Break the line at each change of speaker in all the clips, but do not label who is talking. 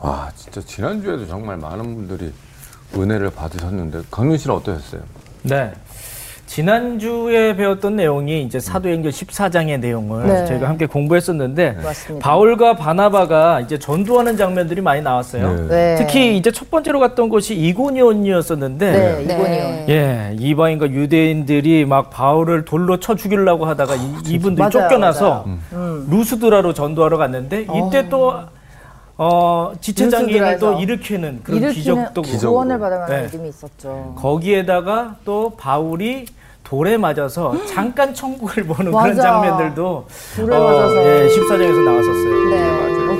와 진짜 지난주에도 정말 많은 분들이 은혜를 받으셨는데 강윤 씨는 어떠셨어요?
네. 지난주에 배웠던 내용이 이제 사도행전 14장의 내용을
네.
저희가 함께 공부했었는데
맞습니다.
바울과 바나바가 이제 전도하는 장면들이 많이 나왔어요.
네.
특히 이제 첫 번째로 갔던 곳이 이고니온이었었는데
네,
네.
이건이요.
예, 이방인과 유대인들이 막 바울을 돌로 쳐 죽이려고 하다가 이, 이분들이
맞아요,
쫓겨나서
맞아요. 음.
루스드라로 전도하러 갔는데 이때 또 어, 지체장애인을 또
루스드라에서
일으키는 그런
일으키는
기적도
기적.
구원을 받아가는
네.
믿음이 있었죠.
거기에다가 또 바울이 돌에 맞아서 잠깐 천국을 보는 그런
맞아.
장면들도
돌에 맞아서.
예, 14장에서 나왔었어요.
네.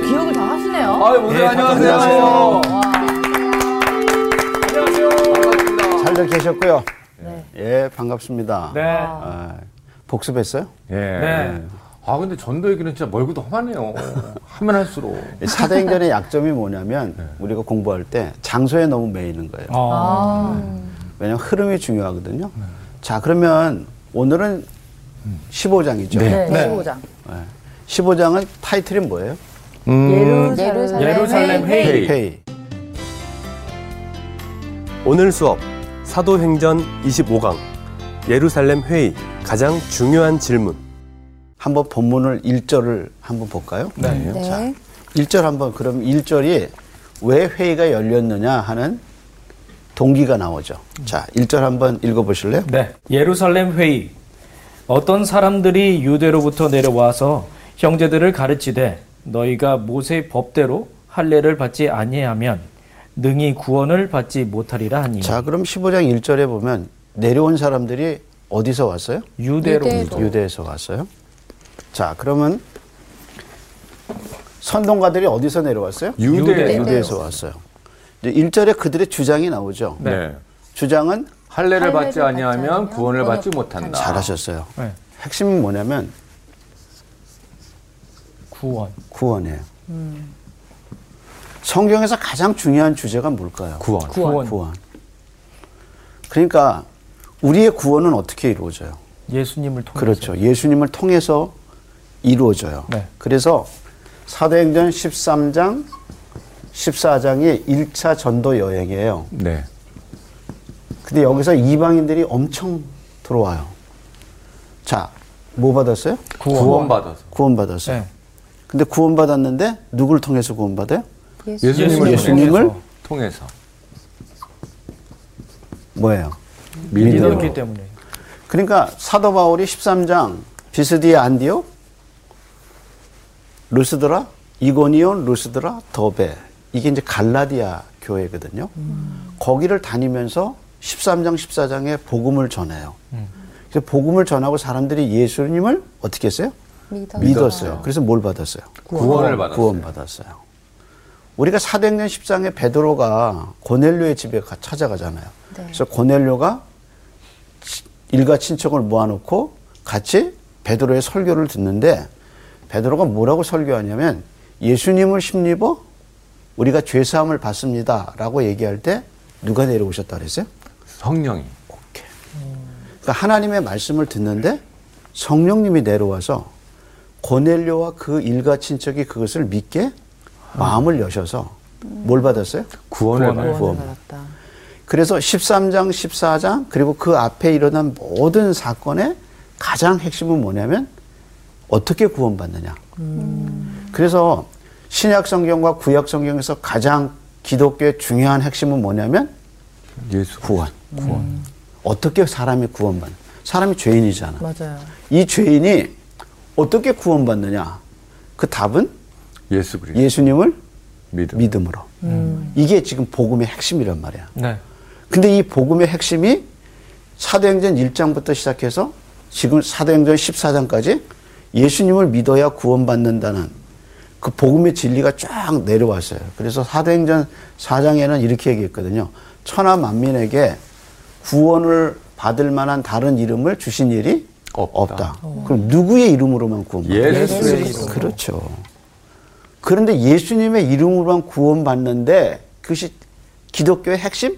어, 기억을 다 하시네요.
아유 오늘
네,
안녕하세요.
안녕하세요.
잘들 계셨고요.
네.
예, 반갑습니다.
네.
아, 복습했어요?
예.
네.
아 근데 전도 얘기는 진짜 멀고도 험하네요. 하면 할수록.
이 사도행전의 약점이 뭐냐면 우리가 공부할 때 장소에 너무 매이는 거예요.
어,
아.
음.
왜냐면 흐름이 중요하거든요. 자, 그러면 오늘은 15장이죠.
네, 15장.
15장은 타이틀이 뭐예요?
예루살렘.
예루살렘 회의.
음. 회의.
회의.
오늘 수업 사도행전 25강 예루살렘 회의 가장 중요한 질문
한번 본문을 1절을 한번 볼까요?
네.
네.
자, 1절 한번 그럼 1절이 왜 회의가 열렸느냐 하는 동기가 나오죠. 자, 1절 한번 읽어 보실래요?
네. 예루살렘 회의. 어떤 사람들이 유대로부터 내려와서 형제들을 가르치되 너희가 모세의 법대로 할례를 받지 아니하면 능히 구원을 받지 못하리라 하니
자, 그럼 15장 1절에 보면 내려온 사람들이 어디서 왔어요?
유대로부터
유대에서 왔어요. 자, 그러면 선동가들이 어디서 내려왔어요?
유대.
유대에서 왔어요. 이제 1절에 그들의 주장이 나오죠.
네.
주장은
할례를 받지
할례를
아니하면
받지
구원을
않으면
받지
구원을
못한다.
잘하셨어요.
네.
핵심은 뭐냐면
구원.
구원이에요. 성경에서 가장 중요한 주제가 뭘까요?
구원.
구원.
구원. 그러니까 우리의 구원은 어떻게 이루어져요?
예수님을 통해서.
그렇죠. 예수님을 통해서 이루어져요.
네.
그래서 사도행전 13장, 14장이 1차 전도 여행이에요.
네.
근데 여기서 이방인들이 엄청 들어와요. 자, 뭐 받았어요?
구원.
구원 받아서.
구원 받았어요.
네.
근데 구원 받았는데 누굴 통해서 구원 받아요?
네.
예수님을
예수님을
통해서.
뭐예요?
믿었기 때문에.
그러니까 사도 바울이 13장 비스디아 안디오 루스드라 이고니온 루스드라 더베 이게 이제 갈라디아 교회거든요. 거기를 다니면서 13장 14장에 복음을 전해요. 그래서 복음을 전하고 사람들이 예수님을 어떻게 했어요?
믿어.
믿었어요. 그래서 뭘 받았어요?
구원을 받았어요.
구원 받았어요. 우리가 사도행전 10장에 베드로가 고넬료의 집에 가- 찾아가잖아요. 그래서 고넬료가 치- 일가 친척을 모아놓고 같이 베드로의 설교를 듣는데 베드로가 뭐라고 설교하냐면 예수님을 심입어 우리가 죄 사함을 받습니다라고 얘기할 때 누가 내려오셨다 그랬어요?
성령이.
그러니까 하나님의 말씀을 듣는데 성령님이 내려와서 고넬료와 그 일가 친척이 그것을 믿게 마음을 여셔서 뭘 받았어요?
구원을 받았어요.
구원. 그래서 13장, 14장 그리고 그 앞에 일어난 모든 사건의 가장 핵심은 뭐냐면 어떻게 구원받느냐. 그래서 신약 성경과 구약 성경에서 가장 기독교의 중요한 핵심은 뭐냐면
예수.
구원. 어떻게 사람이 구원받는? 사람이 죄인이잖아.
맞아요.
이 죄인이 어떻게 구원받느냐? 그 답은
예수 그리스도.
예수님을
믿음.
믿음으로. 이게 지금 복음의 핵심이란 말이야.
네.
근데 이 복음의 핵심이 사도행전 1장부터 시작해서 지금 사도행전 14장까지 예수님을 믿어야 구원받는다는 그 복음의 진리가 쫙 내려왔어요. 그래서 사도행전 4장에는 이렇게 얘기했거든요. 천하 만민에게 구원을 받을 만한 다른 이름을 주신 일이
없다.
없다. 그럼 누구의 이름으로만 구원받는
예수의 이름.
그렇죠. 그런데 예수님의 이름으로만 구원받는데 그것이 기독교의 핵심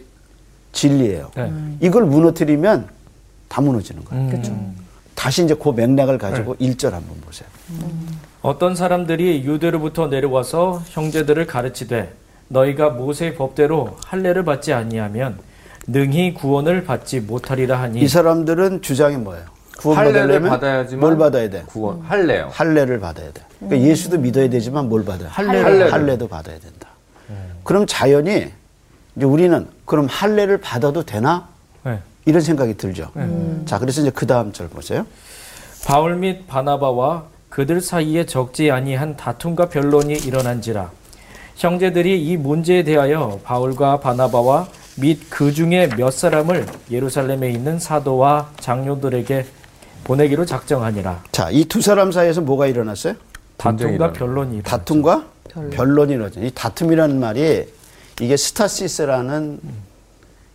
진리예요.
네.
음.
이걸 무너뜨리면 다 무너지는 거예요.
그렇죠.
다시 이제 그 맥락을 가지고
네.
일 1절 한번 보세요.
어떤 사람들이 유대로부터 내려와서 형제들을 가르치되 너희가 모세의 법대로 할례를 받지 아니하면 능히 구원을 받지 못하리라 하니
이 사람들은 주장이 뭐예요?
예. 할례를
받으려면
받아야지만
뭘 받아야 돼?
구원 할례요.
할례를 받아야 돼. 그러니까 예수도 믿어야 되지만 뭘 받아야 돼?
음. 할례를. 네.
할례도 받아야 된다. 그럼 자연히 이제 우리는 그럼 할례를 받아도 되나?
네.
이런 생각이 들죠.
네. 음.
자, 그래서 이제 그 다음 절 보세요.
바울 및 바나바와 그들 사이에 적지 아니한 다툼과 변론이 일어난지라 형제들이 이 문제에 대하여 바울과 바나바와 및 그 중에 몇 사람을 예루살렘에 있는 사도와 장로들에게 보내기로 작정하니라
자, 이 두 사람 사이에서 뭐가 일어났어요?
다툼과
분쟁이라는
변론이 일어나.
다툼과 변론이 일어나죠. 이 다툼이라는 말이 이게 스타시스라는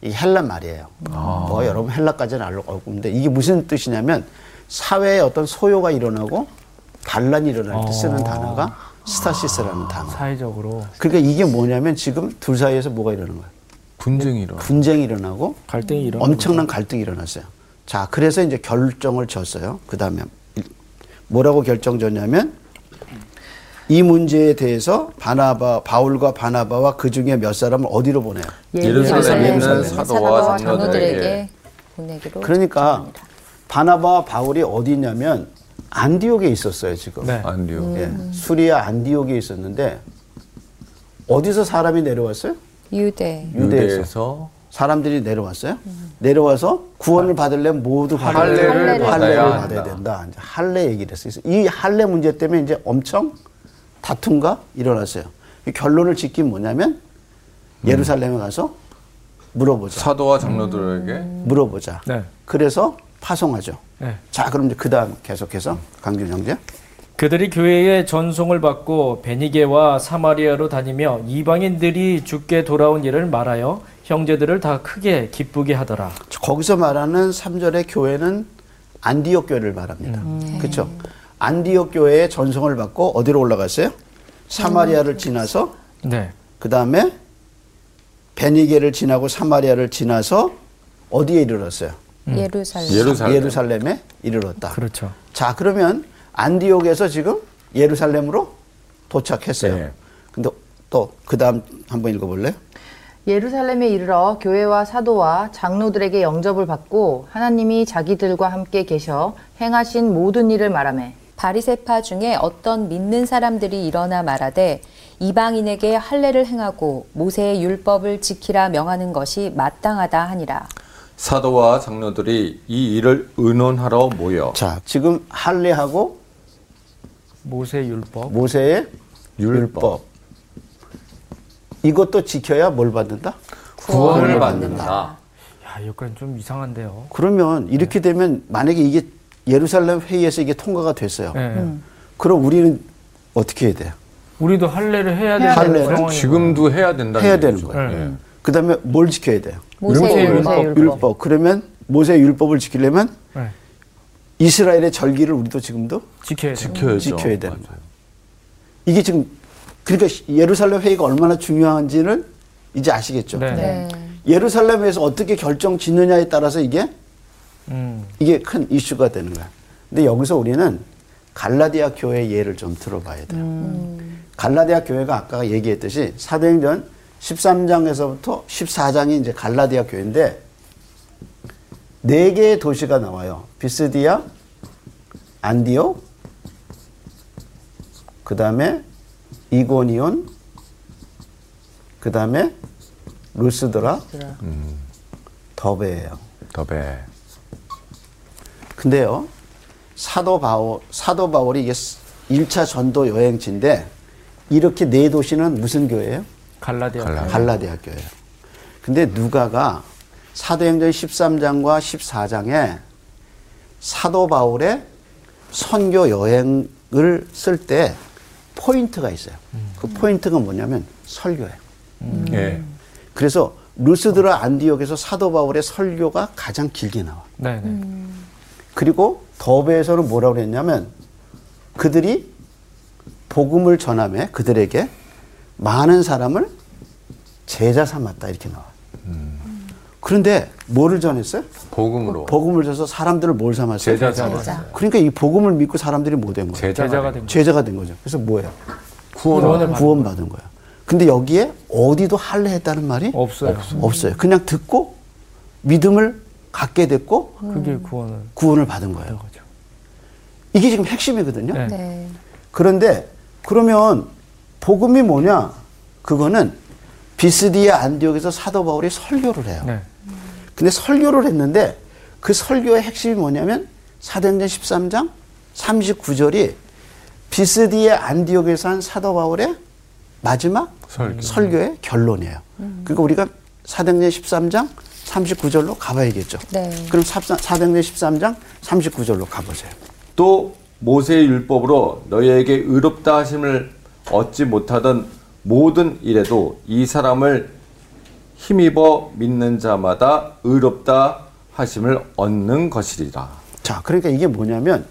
이 헬라 말이에요. 뭐 여러분 헬라까지는 알고 없는데 이게 무슨 뜻이냐면 사회에 어떤 소요가 일어나고 반란이 일어날 때 쓰는 단어가 스타시스라는 단어.
사회적으로
그러니까 이게 뭐냐면 지금 둘 사이에서 뭐가 일어나는 거예요?
분쟁이 일어.
분쟁이 일어나고
갈등이 일어나
엄청난 갈등이 일어났어요. 자, 그래서 이제 결정을 졌어요. 그 다음에 뭐라고 결정 졌냐면 이 문제에 대해서 바나바, 바울과 바나바와 그 중에 몇 사람을 어디로 보내요?
예루살렘에 있는
예루살렘.
사도와 장로들에게
보내기로.
그러니까 바나바와 바울이 어디 있냐면 안디옥에 있었어요, 지금.
네.
안 돼요.
예, 수리아 안디옥에 있었는데 어디서 사람이 내려왔어요?
유대.
유대에서.
유대에서
사람들이 내려왔어요. 내려와서 구원을 받으려면 모두
아. 할례를
할례를
받아야
받아야,
한다.
된다. 이제 할례 얘기를 했어요. 그래서 이 할례 문제 때문에 이제 엄청 다툼과 일어났어요. 이 결론을 짓긴 뭐냐면 예루살렘에 가서
음.
물어보자.
사도와 장로들에게
물어보자.
네.
그래서 파송하죠.
네.
자, 그럼 이제 그다음 계속해서 강준 형제.
그들이 교회에 전송을 받고 베니게와 사마리아로 다니며 이방인들이 죽게 돌아온 일을 말하여 형제들을 다 크게 기쁘게 하더라
거기서 말하는 삼절의 교회는 안디옥 교회를 말합니다.
음. 네.
그렇죠? 안디옥 교회의 전성을 받고 어디로 올라갔어요?
음.
사마리아를 지나서
네
그다음에 베니게를 지나고 사마리아를 지나서 어디에 이르렀어요?
음.
예루살렘.
예루살렘.
예루살렘에 이르렀다.
그렇죠
자, 그러면 안디옥에서 지금 예루살렘으로 도착했어요.
네.
근데 또 그다음 한번 읽어 볼래요?
예루살렘에 이르러 교회와 사도와 장로들에게 영접을 받고 하나님이 자기들과 함께 계셔 행하신 모든 일을 말하며
바리세파 중에 어떤 믿는 사람들이 일어나 말하되 이방인에게 할례를 행하고 모세의 율법을 지키라 명하는 것이 마땅하다 하니라.
사도와 장로들이 이 일을 의논하러 모여
자, 지금 할례하고
모세 율법
모세의 율법. 이것도 지켜야 뭘 받는다?
구원을 받는다.
야, 약간 좀 이상한데요.
그러면 이렇게 되면 만약에 이게 예루살렘 회의에서 이게 통과가 됐어요.
예.
그럼 우리는 어떻게 해야 돼요?
우리도 할례를 해야 되는
할례를
어.
상황이
지금도 해야 된다는
해야 되는
얘기죠.
거예요.
예.
그다음에 뭘 지켜야 돼요?
모세의
율법.
율법.
율법. 그러면 모세의 율법을 지키려면
예.
이스라엘의 절기를 우리도 지금도
지켜야 돼요.
지켜야죠.
지켜야 되는
맞아요.
이게 지금 그러니까 예루살렘 회의가 얼마나 중요한지는 이제 아시겠죠.
네.
네.
예루살렘에서 어떻게 결정 짓느냐에 따라서 이게
음.
이게 큰 이슈가 되는 거야. 근데 여기서 우리는 갈라디아 교회의 예를 좀 들어봐야 돼요.
음.
갈라디아 교회가 아까 얘기했듯이 사도행전 13장에서부터 14장이 이제 갈라디아 교회인데 네 개의 도시가 나와요. 비스디아, 안디오, 그 다음에 이고니온, 그 다음에 루스드라, 음. 더베예요.
더베.
근데요, 사도 바울, 사도 바울이 이게 1차 전도 여행지인데, 이렇게 네 도시는 무슨 교회예요?
갈라디아.
갈라디아 교회예요. 근데 누가가 사도행전 13장과 14장에 사도 바울의 선교 여행을 쓸 때 포인트가 있어요. 그 포인트가 뭐냐면 설교예요.
음.
예.
그래서 루스드라 안디옥에서 사도 바울의 설교가 가장 길게 나와.
네, 네.
그리고 더베에서는 뭐라고 그랬냐면 그들이 복음을 전함에 그들에게 많은 사람을 제자 삼았다 이렇게 나와요. 그런데 뭐를 전했어요?
복음으로
복음을 줘서 사람들을 뭘 삼았어요?
제자 삼았어요.
그러니까 이 복음을 믿고 사람들이 뭐 된 거예요?
제자가
제자가
된
된
제자가 된 거죠. 그래서 뭐예요?
구원을
구원받은 거예요. 근데 여기에 어디도 할례했다는 말이
없어요.
없어요. 그냥 듣고 믿음을 갖게 됐고
그게 구원을.
구원을 받은 거예요. 이게 지금 핵심이거든요.
네.
네.
그런데 그러면 복음이 뭐냐? 그거는 비스디아 안디옥에서 사도 바울이 설교를 해요.
네.
근데 설교를 했는데 그 설교의 핵심이 뭐냐면 사도행전 13장 39절이 비스디아 안디옥에서 한 사도 바울의 마지막
설교.
의 결론이에요. 그러니까 우리가 사도행전 13장 39절로 가봐야겠죠.
네.
그럼 사- 사도행전 13장 39절로 가보세요.
또 모세의 율법으로 너희에게 의롭다 하심을 얻지 못하던 모든 일에도 이 사람을 힘입어 믿는 자마다 의롭다 하심을 얻는 것이리라.
자, 그러니까 이게 뭐냐면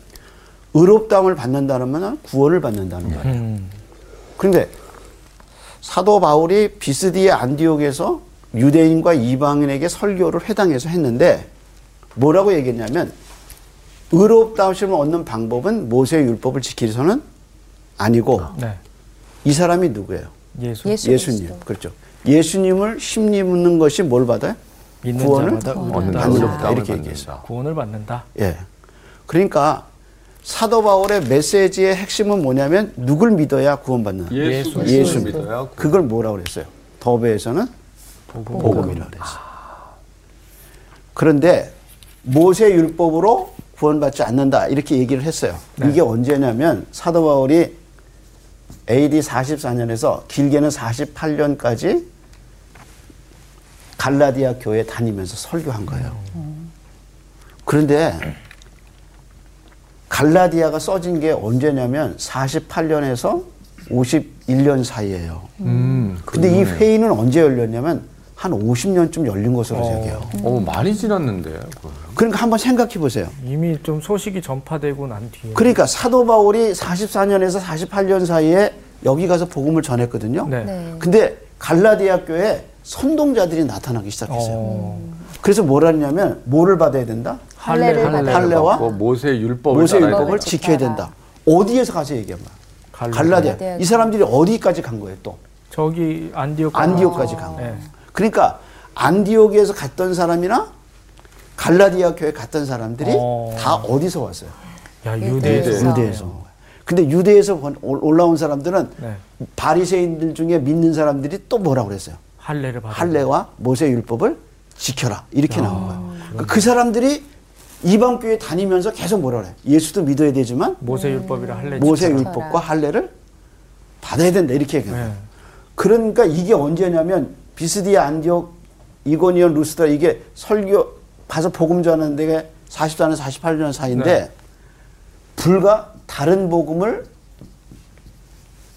의롭다함을 받는다는 말은 구원을 받는다는 말이에요.
음.
그런데 사도 바울이 비스디의 안디옥에서 유대인과 이방인에게 설교를 회당에서 했는데 뭐라고 얘기했냐면 의롭다함을 얻는 방법은 모세의 율법을 지키기서는 아니고
네.
이 사람이 누구예요?
예수.
예수
예수님.
그리스도.
그렇죠. 예수님을 심리묻는 것이 뭘 받아요?
믿는
구원을
자마다
얻는다.
받는다.
의롭다함을
이렇게
받는다.
얘기했어요.
구원을 받는다.
예. 그러니까 사도 바울의 메시지의 핵심은 뭐냐면 누굴 믿어야 구원받는
예수
예수
믿어야 구원.
그걸 뭐라고 그랬어요? 더베에서는 복음이라고 그랬어요. 그런데 모세 율법으로 구원받지 않는다 이렇게 얘기를 했어요.
네.
이게 언제냐면 사도 바울이 AD 44년에서 길게는 48년까지 갈라디아 교회 다니면서 설교한 거예요. 그런데 갈라디아가 써진 게 언제냐면 48년에서 51년 사이예요. 근데 이 회의는 언제 열렸냐면 한 50년쯤 열린 것으로 생각해요.
어, 많이 지났는데요. 그거는.
그러니까 한번 생각해 보세요.
이미 좀 소식이 전파되고 난 뒤에.
그러니까 사도 바울이 44년에서 48년 사이에 여기 가서 복음을 전했거든요.
네.
네.
근데 갈라디아 교회 선동자들이 나타나기 시작했어요.
어.
그래서 뭐라 하냐면 뭐를 받아야 된다?
할례를
할례를
받아
할례와
받고 그 모세의 율법을
모세
따라야
율법을
된다.
지켜야 된다. 어디에서 가서 얘기한 거야?
갈라디아.
갈라디아. 이 사람들이 어디까지 간 거예요, 또?
저기 안디옥.
안디옥까지 간 거예요.
아. 네.
그러니까 안디옥에서 갔던 사람이나 갈라디아 교회 갔던 사람들이
어.
다 어디서 왔어요?
야
예,
유대에서.
유대에서.
유대에서 온 거예요. 근데 유대에서 온- 올라온 사람들은
네.
바리새인들 중에 믿는 사람들이 또 뭐라고 그랬어요?
할례를 받아.
할례와 모세 율법을 지켜라 이렇게 나온 거예요. 그러니까 그 사람들이 이방 교회 다니면서 계속 뭐라 그래? 예수도 믿어야 되지만
모세 율법이라 할례.
모세
지켜라.
율법과 할례를 받아야 된다 이렇게 얘기해요.
네.
그러니까 이게 언제냐면 비스디아 안디옥 이고니온 루스다 이게 설교 가서 복음 전하는 데가 44년 48년 사이인데
네.
불과 다른 복음을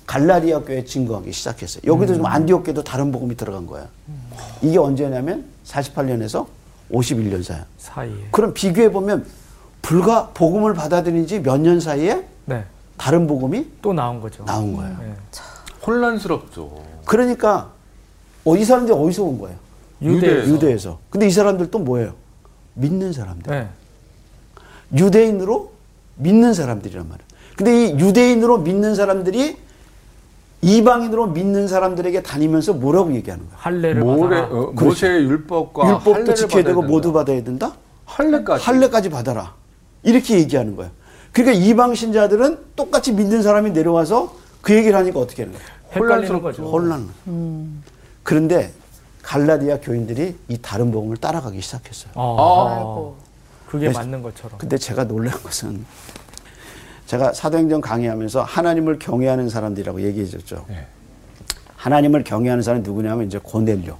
갈라디아 교회에 증거하기 시작했어요.
음.
여기도 좀 안디옥 교도 다른 복음이 들어간 거예요. 이게 언제냐면 48년에서 51년 사이.
사이에.
그럼 비교해 보면 불과 복음을 받아들인 지 몇 년 사이에
네.
다른 복음이
또 나온 거죠.
나온 거예요.
네.
혼란스럽죠.
그러니까 어, 이 사람들이 어디서 온 거예요?
유대에서.
유대에서. 근데 이 사람들 또 뭐예요? 믿는 사람들.
네.
유대인으로 믿는 사람들이란 말이에요. 근데 이 유대인으로 믿는 사람들이 이방인으로 믿는 사람들에게 다니면서 뭐라고 얘기하는 거야?
할례를
모래,
받아.
어, 모세의 율법과
그렇죠. 율법도
할례를
지켜야 되고
받아야
모두
된다.
받아야 된다?
할례까지.
할례까지 받아라. 이렇게 얘기하는 거예요. 그러니까 이방 신자들은 똑같이 믿는 사람이 내려와서 그 얘기를 하니까 어떻게 하는 거예요?
헷갈리는 거죠. 음.
혼란. 그런데 갈라디아 교인들이 이 다른 복음을 따라가기 시작했어요.
어.
아이고.
그게 맞는 것처럼.
근데 제가 놀란 것은 제가 사도행전 강의하면서 하나님을 경외하는 사람들이라고 얘기해 줬죠.
네.
하나님을 경외하는 사람이 누구냐면 이제 고넬료.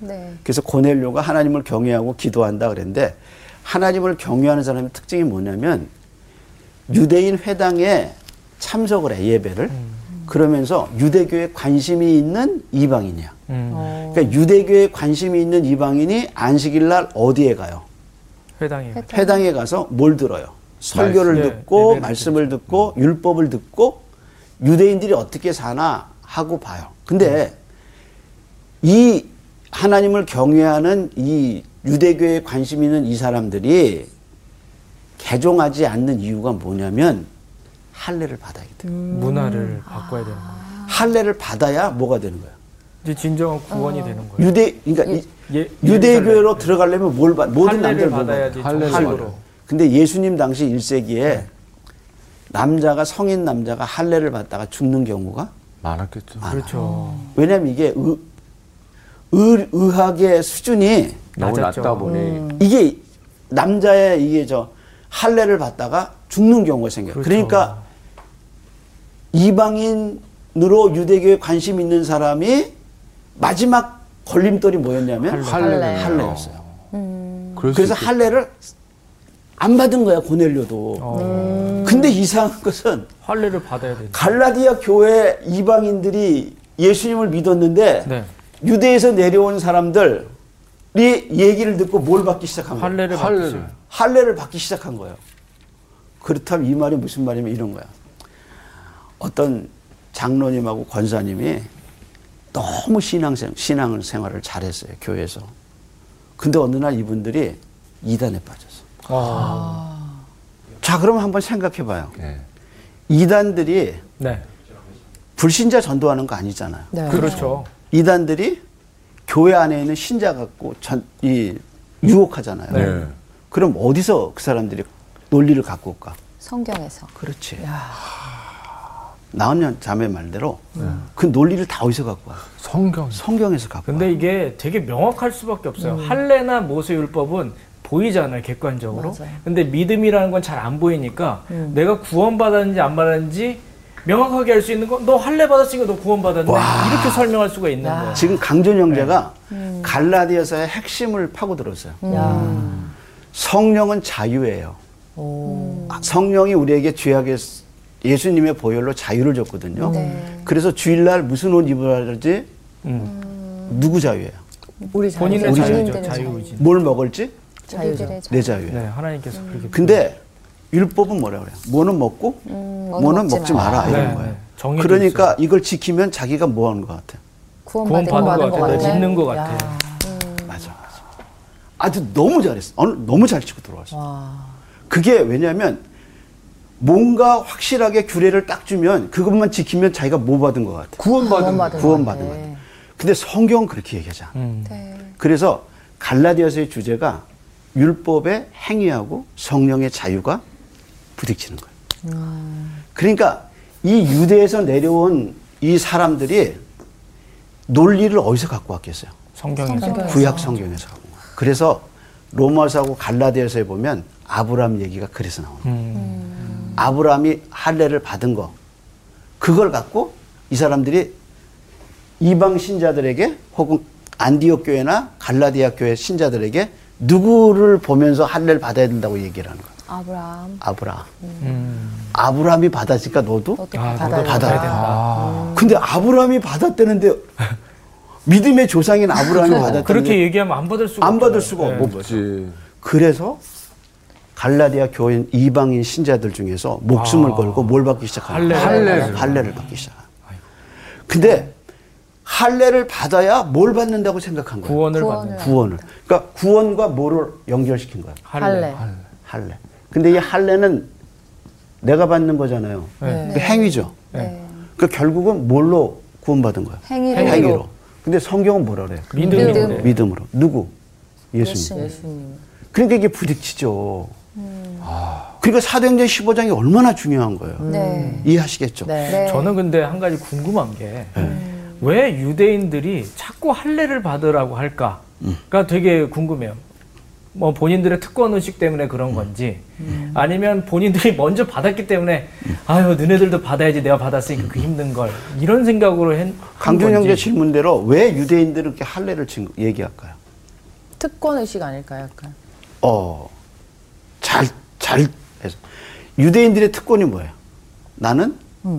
네.
그래서 고넬료가 하나님을 경외하고 기도한다 그랬는데 하나님을 경외하는 사람의 특징이 뭐냐면 유대인 회당에 참석을 해 예배를
음.
그러면서 유대교에 관심이 있는 이방인이야.
음.
어.
그러니까 유대교에 관심이 있는 이방인이 안식일 날 어디에 가요?
회당에.
회당.
회당에 가서 뭘 들어요? 설교를
말씀.
듣고
예, 예배를
말씀을 듣고
음.
율법을 듣고 유대인들이 어떻게 사나 하고 봐요.
네.
근데 이 하나님을 경외하는 이 유대교에 관심 있는 이 사람들이 개종하지 않는 이유가 뭐냐면 할례를 받아야 돼요.
음. 아.
문화를 바꿔야 되는 거예요.
할례를 받아야 뭐가 되는 거야?
이제 진정한
어.
구원이 되는 거예요.
유대 그러니까 이-
예-
유대교회로 들어가려면 뭘 받, 모든
할례를
남자를
받아야지 네.
할례를
정식으로.
받아요. 그렇죠. 근데 예수님 당시 1세기에 남자가 성인 남자가 할례를 받다가 죽는 경우가
많았겠죠.
아, 어.
그렇죠.
왜냐면 이게 의, 의, 의학의 수준이
너무
낮았죠.
낮다 보니
음. 이게 남자의 이게 저 할례를 받다가 죽는 경우가 생겨요.
그렇죠.
그러니까 이방인으로 유대교에 관심 있는 사람이 마지막 걸림돌이 뭐였냐면
할례. 할례.
할례였어요.
그럴 수
그래서
있겠-
할례를 안 받은 거야 고넬료도.
어.
음.
근데 이상한 것은
할례를 받아야 되죠.
갈라디아 교회 이방인들이 예수님을 믿었는데
네.
유대에서 내려온 사람들이 얘기를 듣고 뭘 받기 시작한 거예요?
할례를
할례를.
받으세요.
할례를 받기 시작한 거예요. 그렇다면 이 말이 무슨 말이냐면 이런 거야. 어떤 장로님하고 권사님이 너무 신앙생, 신앙 생활을 잘했어요, 교회에서. 근데 어느 날 이분들이 이단에 빠졌어.
아.
자, 그럼 한번 생각해 봐요.
네.
이단들이
네.
불신자 전도하는 거 아니잖아요.
네.
그렇죠.
이단들이 교회 안에 있는 신자 갖고 전, 이, 유혹하잖아요.
네.
그럼 어디서 그 사람들이 논리를 갖고 올까?
성경에서.
그렇지. 나은 자매 말대로 그 논리를 다 어디서 갖고 와?
성경.
성경에서 갖고 와.
근데 이게 되게 명확할 수밖에 없어요. 할례나 모세율법은 보이잖아요, 음. 객관적으로. 근데 믿음이라는 건 잘 안 보이니까 내가 구원받았는지 안 받았는지 명확하게 알 수 있는 건 너 할례 받았으니까 너 구원받았네. 이렇게 설명할 수가 있는 거예요.
지금 강준 형제가 갈라디아서의 핵심을 파고들었어요. 성령은 자유예요. 아, 성령이 우리에게 죄악의 스- 예수님의 보혈로 자유를 줬거든요. 그래서 주일날 무슨 옷 입어야 할지
음.
누구 자유예요?
우리 자유.
본인의
우리
자유죠,
자유인들은
자유의지.
뭘 먹을지
자유죠.
우리들의
내 자유예요.
네, 하나님께서 그렇게.
근데 율법은 뭐라 그래요? 뭐는 먹고
뭐는
뭐는
먹지
먹지
마라.
마라 이런
네,
거예요.
네. 정해져
그러니까 이걸 지키면 자기가 뭐 하는 것 같아? 요
구원받은
구원받은
거
것
받은
같은
것
거
같아.
같아요. 네.
같아요.
믿는 것
야.
같아.
맞아, 맞아. 아주 너무 잘했어. 오늘 너무 잘 치고 들어왔어. 그게 왜냐면 뭔가 확실하게 규례를 딱 주면 그것만 지키면 자기가 뭐 받은 것 같아?
구원받은
구원받은
구원받은
것
것
같아.
같아. 근데 성경은 그렇게 얘기하지 않아.
네.
그래서 갈라디아서의 주제가 율법의 행위하고 성령의 자유가 부딪히는 거예요. 그러니까 이 유대에서 내려온 이 사람들이 논리를 어디서 갖고 왔겠어요?
성경에서.
구약 성경에서 갖고 온 거예요. 그래서 로마서하고 갈라디아서에 보면 아브라함 얘기가 그래서 나오는 거예요.
음.
아브라함이 할례를 받은 거 그걸 갖고 이 사람들이 이방 신자들에게 혹은 안디옥 교회나 갈라디아 교회 신자들에게 누구를 보면서 할례를 받아야 된다고 얘기를 하는 거야.
아브라함.
아브라함.
음.
아브라함이 받았으니까 너도
너도
아,
받아.
너도
받아야
받아야
된다.
된다.
근데 아브라함이 받았다는데 믿음의 조상인 아브라함이
그렇게
받았다는데
얘기하면 안 받을 수가
안 받을
없잖아요.
수가
네.
없는 거죠.
없지.
그래서 갈라디아 교인 이방인 신자들 중에서
아.
목숨을 걸고 뭘 받기 시작하는 거예요?
할례를.
할례를. 할례를 받기 시작해요. 근데 할례를 받아야 뭘 받는다고 생각한 거예요?
구원을 받는
구원을. 그러니까 구원과 뭐를 연결시킨 거예요?
할례.
할례.
할례. 근데 이 할례는 내가 받는 거잖아요. 그 행위죠. 그러니까 결국은 뭘로 구원받은 거예요?
행위로.
행위로. 근데 성경은 뭐라 그래요?
믿음인데.
믿음.
믿음으로. 누구? 예수님.
예수님.
그러니까 이게 부딪히죠. 아. 그러니까 사도행전 15장이 얼마나 중요한 거예요.
네.
이해하시겠죠?
네.
네.
저는 근데 한 가지 궁금한 게.
네.
왜 유대인들이 자꾸 할례를 받으라고 할까가 되게 궁금해요. 뭐 본인들의 특권 의식 때문에 그런 건지 아니면 본인들이 먼저 받았기 때문에 아유 너네들도 받아야지 내가 받았으니까 그 힘든 걸 이런 생각으로 한, 한
강준 형제
건지.
질문대로 왜 유대인들은 이렇게 할례를 친- 얘기할까요?
특권 의식 아닐까요? 약간.
어, 잘, 잘 해서. 유대인들의 특권이 뭐예요? 나는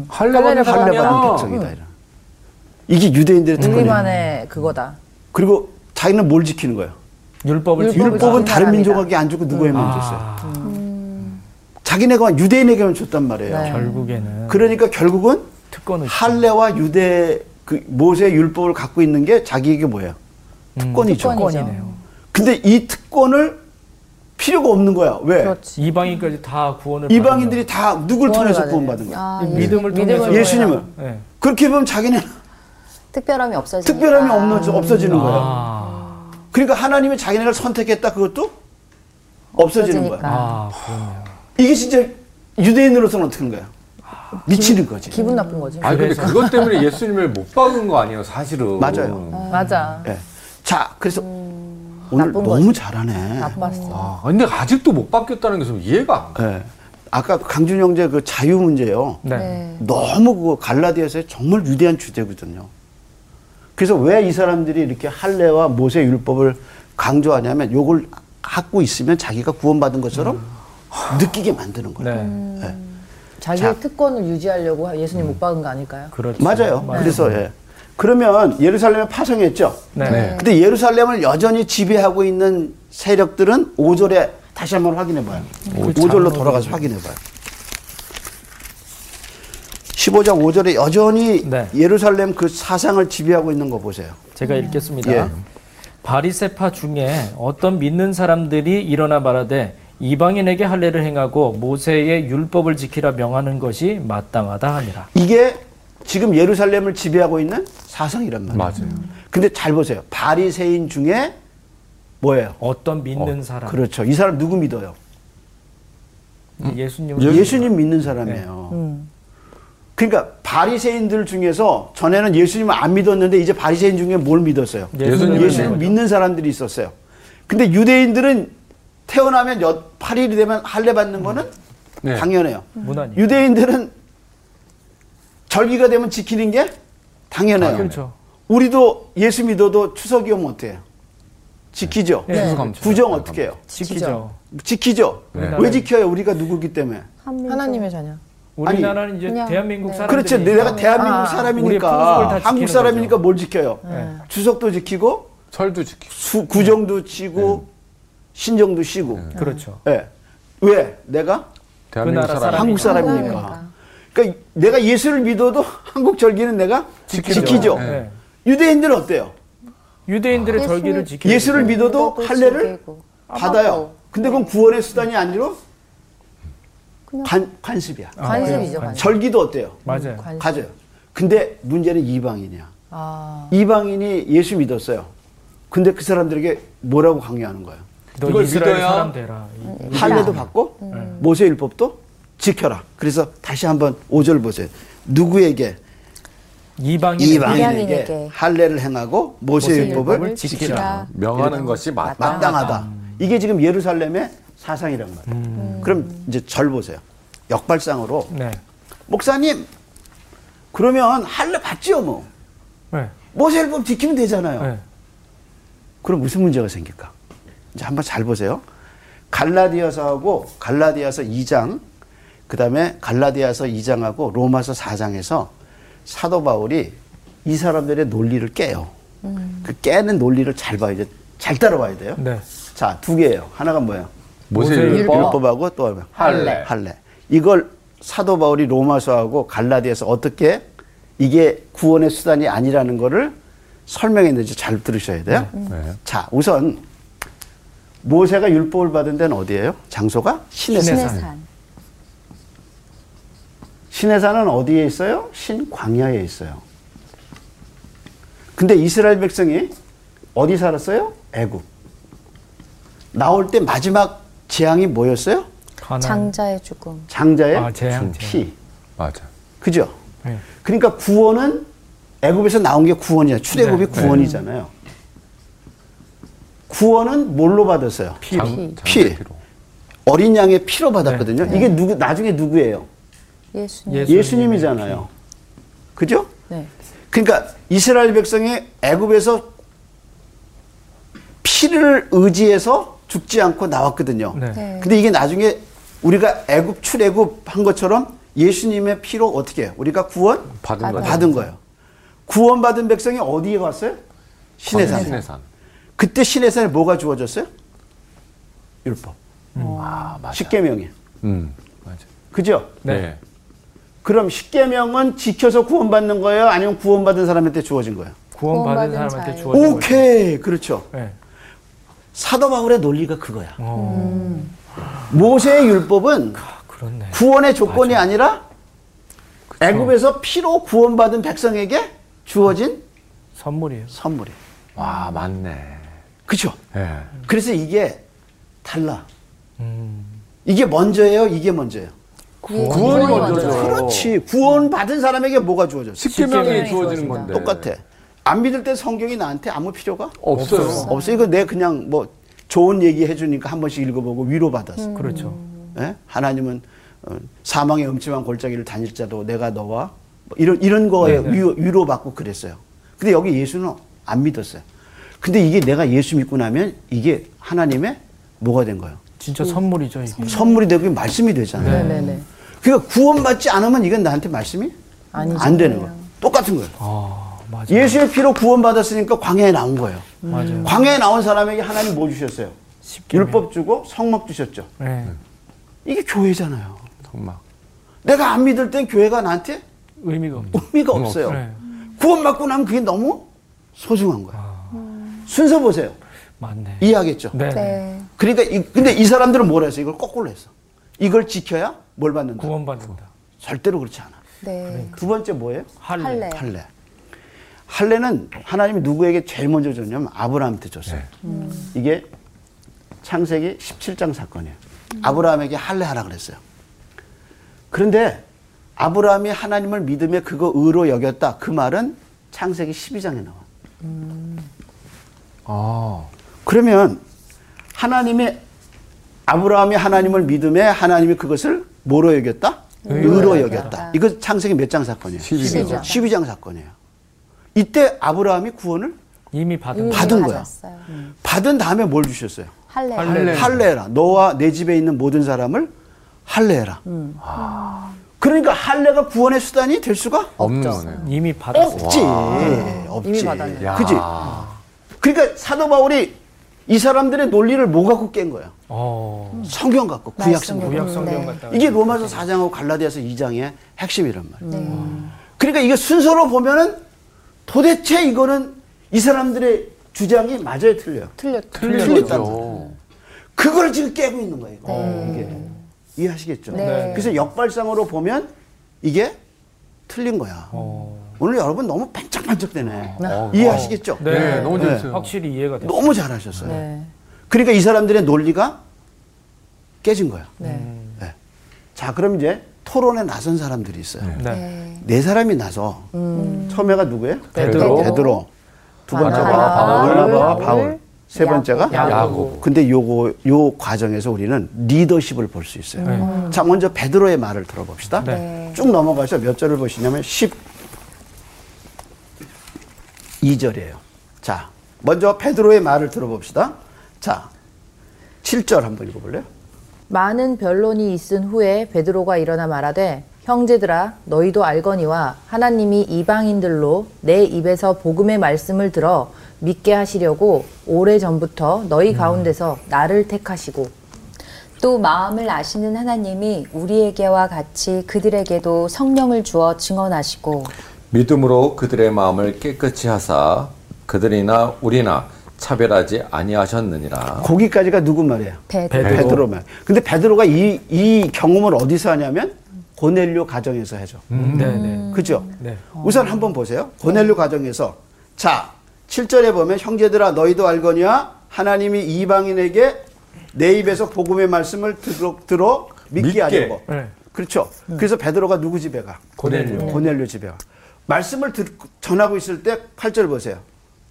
할례받은
할례 받은
사람이야.
백성이다. 이런. 이게 유대인들의 특권이에요.
우리만의 그거다.
그리고 자기는 뭘 지키는 거예요?
율법을 지키는
율법은
지키는
다른
사람이다.
민족에게 안 주고 누구에게만 줬어요?
아,
자기네가 유대인에게만 줬단 말이에요.
네.
결국에는
그러니까 결국은
특권을
할례와 유대 그 모세 율법을 갖고 있는 게 자기에게 뭐예요? 특권이죠.
음. 특권이네요.
근데 이 특권을 필요가 없는 거야. 왜?
그렇지.
이방인까지 다 구원을
이방인들이 다 누굴
구원을
통해서
받아야 예.
구원받은 거야?
아,
받으면 믿음을
믿음을
통해서
통해서.
예수님을
네.
그렇게 보면 자기는
아.
특별함이 없어지니까.
특별함이 없는, 없어지는
아,
거예요. 그러니까 하나님이 자기네를 선택했다 그것도 없어지는
없어지니까.
거예요.
아, 그렇네요.
이게 진짜 유대인으로서는 어떻게 거예요?
아,
미치는 거지.
기분 나쁜 거지.
아니 근데 그것 때문에 예수님을 못 박은 거 아니에요, 사실은.
맞아요.
맞아.
예. 자, 그래서 오늘
음, 나쁜
너무 잘하네.
나빴어.
아, 근데 아직도 못 바뀌었다는 게 좀 이해가 안 가.
예. 아까 강준 형제 그 자유 문제요.
네.
너무 그거 갈라디아서의 정말 위대한 주제거든요. 그래서 왜 이 사람들이 이렇게 할례와 모세 율법을 강조하냐면 요걸 갖고 있으면 자기가 구원받은 것처럼 느끼게 만드는 거예요.
네.
자기의
자.
특권을 유지하려고 예수님 못 박은 거 아닐까요?
그렇죠.
맞아요. 그래서 예. 그러면 예루살렘을 파송했죠.
네.
네.
근데 예루살렘을 여전히 지배하고 있는 세력들은 5절에 다시 한번 확인해 봐요.
오,
5절로
참.
돌아가서 확인해 봐요. 15장 5절에 여전히
네.
예루살렘 그 사상을 지배하고 있는 거 보세요.
제가 읽겠습니다.
예.
바리세파 중에 어떤 믿는 사람들이 일어나 말하되 이방인에게 할례를 행하고 모세의 율법을 지키라 명하는 것이 마땅하다 하니라.
이게 지금 예루살렘을 지배하고 있는 사상이란 말이에요.
맞아요.
근데 잘 보세요. 바리새인 중에 뭐예요?
어떤 믿는 사람
그렇죠. 이 사람 누구 믿어요?
예수님을
음, 예수님, 믿는 사람이에요. 그러니까 바리새인들 중에서 전에는 예수님을 안 믿었는데 이제 바리새인 중에 뭘 믿었어요?
예수님을
예수님 믿는 사람들이 있었어요. 근데 유대인들은 태어나면 여, 8일이 되면 할례 받는 거는
네.
당연해요.
무난히.
유대인들은 절기가 되면 지키는 게 당연해요.
그렇죠.
우리도 예수 믿어도 추석이 오면 어때요? 지키죠.
네.
추수감, 추수감.
구정 어떻게 해요?
지키죠.
지키죠.
네.
왜 지켜요? 우리가 누구기 때문에.
하나님의 자녀.
우리나라는 이제 대한민국 사람들
그렇죠. 내가 대한민국
아,
우리의 풍속을 다
사람이니까 한국
지키는
사람이니까
거죠.
뭘 지켜요?
네.
추석도 지키고
철도 지키고.
수- 구정도 치고 신정도 쉬고.
그렇죠.
예. 왜? 내가
대한민국
나라
사람.
한국 사람이니까. 그러니까 내가 예수를 믿어도 한국 절기는 내가
지키죠.
지키죠.
네.
유대인들은 어때요?
유대인들의 절기를 지키는
예수를 믿어도
믿어도
할례를
즐기고.
받아요. 근데 그건 구원의 수단이 아니로 관, 관습이야.
관습이죠,
그래요.
관습.
절기도 어때요?
맞아요.
관습.
가져요. 근데 문제는 이방인이야.
아,
이방인이 예수 믿었어요. 근데 그 사람들에게 뭐라고 강요하는 거예요?
너
이걸
이스라엘
믿어야-
사람 되라. 이-
할례도 받고 모세 율법도 지켜라. 그래서 다시 한번 5절 보세요. 누구에게
이방인
이방인에게
이방인에게
할례를 행하고 모세 율법을
율법을 지키라.
지키라.
명하는 것이 맞다.
마땅하다. 이게 지금 예루살렘의 사상이란 말이에요. 그럼 이제 절 보세요. 역발상으로
네.
목사님 그러면 할례 받지요 뭐
네.
모세 율법 지키면 되잖아요.
네.
그럼 무슨 문제가 생길까? 이제 한번 잘 보세요. 갈라디아서하고 갈라디아서 2장, 그 다음에 갈라디아서 2장하고 로마서 4장에서 사도 바울이 이 사람들의 논리를 깨요. 그 깨는 논리를 잘 봐야 돼. 잘 따라와야 돼요.
네.
자, 두 개예요. 하나가 뭐예요?
모세
모세
율법.
율법하고 또 하면
할례.
할례. 이걸 사도 바울이 로마서하고 갈라디아서 어떻게 이게 구원의 수단이 아니라는 거를 설명했는지 잘 들으셔야 돼요.
네.
자, 우선 모세가 율법을 받은 데는 어디예요? 장소가 신해산.
신해산.
신해산.
신해산은 어디에 있어요? 신광야에 있어요. 근데 이스라엘 백성이 어디 살았어요? 애굽. 나올 때 마지막 재앙이 뭐였어요?
가난.
장자의 죽음.
장자의
아, 재앙,
피.
맞아.
그죠?
네.
그러니까 구원은 애굽에서 나온 게 구원이야. 출애굽이
네, 네.
구원이잖아요. 구원은 뭘로 받았어요? 피.
장-
피.
장자피로.
어린 양의 피로 받았거든요. 이게 누구 나중에 누구예요?
예수님.
네.
예수님의
예수님이잖아요. 그죠?
네.
그러니까 이스라엘 백성이 애굽에서 피를 의지해서 죽지 않고 나왔거든요.
네.
네.
근데 이게 나중에 우리가 애굽 출애굽 한 것처럼 예수님의 피로 어떻게 해요? 우리가 구원
받은 거죠.
받은 거예요. 구원받은 백성이 어디에 갔어요? 신해산.
신해산.
그때 신해산에 뭐가 주어졌어요? 율법.
아, 맞아.
십계명이.
음. 맞아.
그죠?
네.
네.
그럼 십계명은 지켜서 구원받는 거예요? 아니면 구원받은 사람한테 주어진 거예요?
구원받은
구원받은
사람한테
자의-
주어진 거죠.
오케이, 그렇죠.
네.
사도 바울의 논리가 그거야. 음.
어,
모세의 율법은
그렇네.
구원의 조건이 아니라 애굽에서 피로 구원받은 백성에게 주어진
선물이에요.
선물이.
와 맞네.
그죠?
예.
그래서 이게 달라. 이게 먼저예요, 이게 먼저예요.
구원이,
구원이 먼저죠. 네.
그렇지. 구원받은 사람에게 뭐가 주어져?
십계명이
십계명이
주어지는
주어진다.
건데.
똑같아. 안 믿을 때 성경이 나한테 아무 필요가
없어요.
음.
없어. 이거 내 그냥 뭐 좋은 얘기 해주니까 한 번씩 읽어보고 위로받았어.
음.
그렇죠.
예? 하나님은 어, 사망의 음침한 골짜기를 다닐 자도 내가 너와 뭐 이런 이런 거에
네,
위로, 위로받고 그랬어요. 근데 여기 예수는 안 믿었어요. 근데 이게 내가 예수 믿고 나면 이게 하나님의 뭐가 된 거예요?
진짜 선물이죠, 이게.
선물이 되고 이게 말씀이 되잖아요.
음. 네네네.
그러니까 구원받지 않으면 이건 나한테 말씀이
아니죠.
안 되는
음.
거예요. 똑같은 거예요.
아, 맞아.
예수의 피로 구원받았으니까 광야에 나온 거예요.
음. 맞아요.
광야에 나온 사람에게 하나님 뭐 주셨어요?
십계명.
율법 주고 성막 주셨죠.
네.
이게 교회잖아요.
정말.
내가 안 믿을 땐 교회가 나한테
의미가 없죠.
의미가 없어요.
네.
구원받고 나면 그게 너무 소중한 거예요. 순서 보세요.
맞네.
이해하겠죠?
아. 네.
네.
그러니까 이, 근데 이 사람들은 뭘 했어? 이걸 거꾸로 했어. 이걸 지켜야 뭘 받는다?
구원받는다.
절대로 그렇지 않아.
네.
두 번째 뭐예요?
할례.
할례.
할례. 할례는 하나님이 누구에게 제일 먼저 줬냐면 아브라함한테 줬어요.
네.
이게 창세기 17장 사건이에요. 아브라함에게 할례하라 그랬어요. 그런데 아브라함이 하나님을 믿음에 그거 의로 여겼다. 그 말은 창세기 12장에 나와.
아.
그러면 하나님이 아브라함이 하나님을 믿음에 하나님이 그것을 뭐로 여겼다? 의로 여겼다. 이거 창세기 몇 장 사건이에요?
12
장.
12장 사건이에요. 이때 아브라함이 구원을
이미 음, 받은
의미
거.
받은 거야.
받았어요.
받은 다음에 뭘 주셨어요?
할례.
할례.
할례라. 너와 내 집에 있는 모든 사람을 할례라. 그러니까 할례가 구원의 수단이 될 수가
없는 거네요.
이미 받았어.
없지. 없지.
이미 받았네.
야.
그지? 그러니까 사도 바울이 이 사람들의 논리를 뭐 갖고 깬 거야?
어.
성경 갖고 구약 성경.
말씀으로.
구약 성경
네.
같다.
이게 로마서 4장하고 갈라디아서 2장의 핵심이란 말이에요.
네.
그러니까 이게 순서로 보면은 도대체 이거는 이 사람들의 주장이 맞아요, 틀려요.
틀렸죠.
틀렸다는
틀리죠.
그걸 지금 깨고 있는 거예요. 이거. 이게. 이해하시겠죠?
네.
그래서 역발상으로 보면 이게 틀린 거야. 오늘 여러분 너무 반짝반짝되네. 이해하시겠죠?
네, 너무
네.
재밌어요.
확실히 이해가 돼.
너무 잘하셨어요.
네.
그러니까 이 사람들의 논리가 깨진 거야.
네.
네. 자, 그럼 이제 토론에 나선 사람들이 있어요. 네,
네.
사람이 나서 처음에가 누구예요?
베드로.
베드로. 두
바나바,
번째가
바울,
바나바와
바울,
바울. 세
야고보.
번째가
야고보.
근데 요거 요 과정에서 우리는 리더십을 볼 수 있어요. 자, 먼저 베드로의 말을 들어봅시다.
네.
쭉 넘어가서 몇 절을 보시냐면 12절이에요. 자, 먼저 베드로의 말을 들어봅시다. 자, 7절 한번 읽어 볼래요?
많은 변론이 있은 후에 베드로가 일어나 말하되 형제들아 너희도 알거니와 하나님이 이방인들로 내 입에서 복음의 말씀을 들어 믿게 하시려고 오래 전부터 너희 가운데서 나를 택하시고
또 마음을 아시는 하나님이 우리에게와 같이 그들에게도 성령을 주어 증언하시고
믿음으로 그들의 마음을 깨끗이 하사 그들이나 우리나 차별하지 아니하셨느니라.
거기까지가 누구 말이에요?
베드로.
베드로. 말. 근데 베드로가 이, 이 경험을 어디서 하냐면 고넬료 가정에서 해줘.
음.
네, 네.
그죠?
네.
어. 우선 한번 보세요. 고넬료 가정에서. 자, 7절에 보면 형제들아 너희도 알거니와 하나님이 이방인에게 내 입에서 복음의 말씀을 들어, 들어 믿게,
믿게.
하려고.
네.
그렇죠. 그래서 베드로가 누구 집에 가? 네.
고넬료.
고넬료 집에 가. 말씀을 들, 전하고 있을 때 8절 보세요.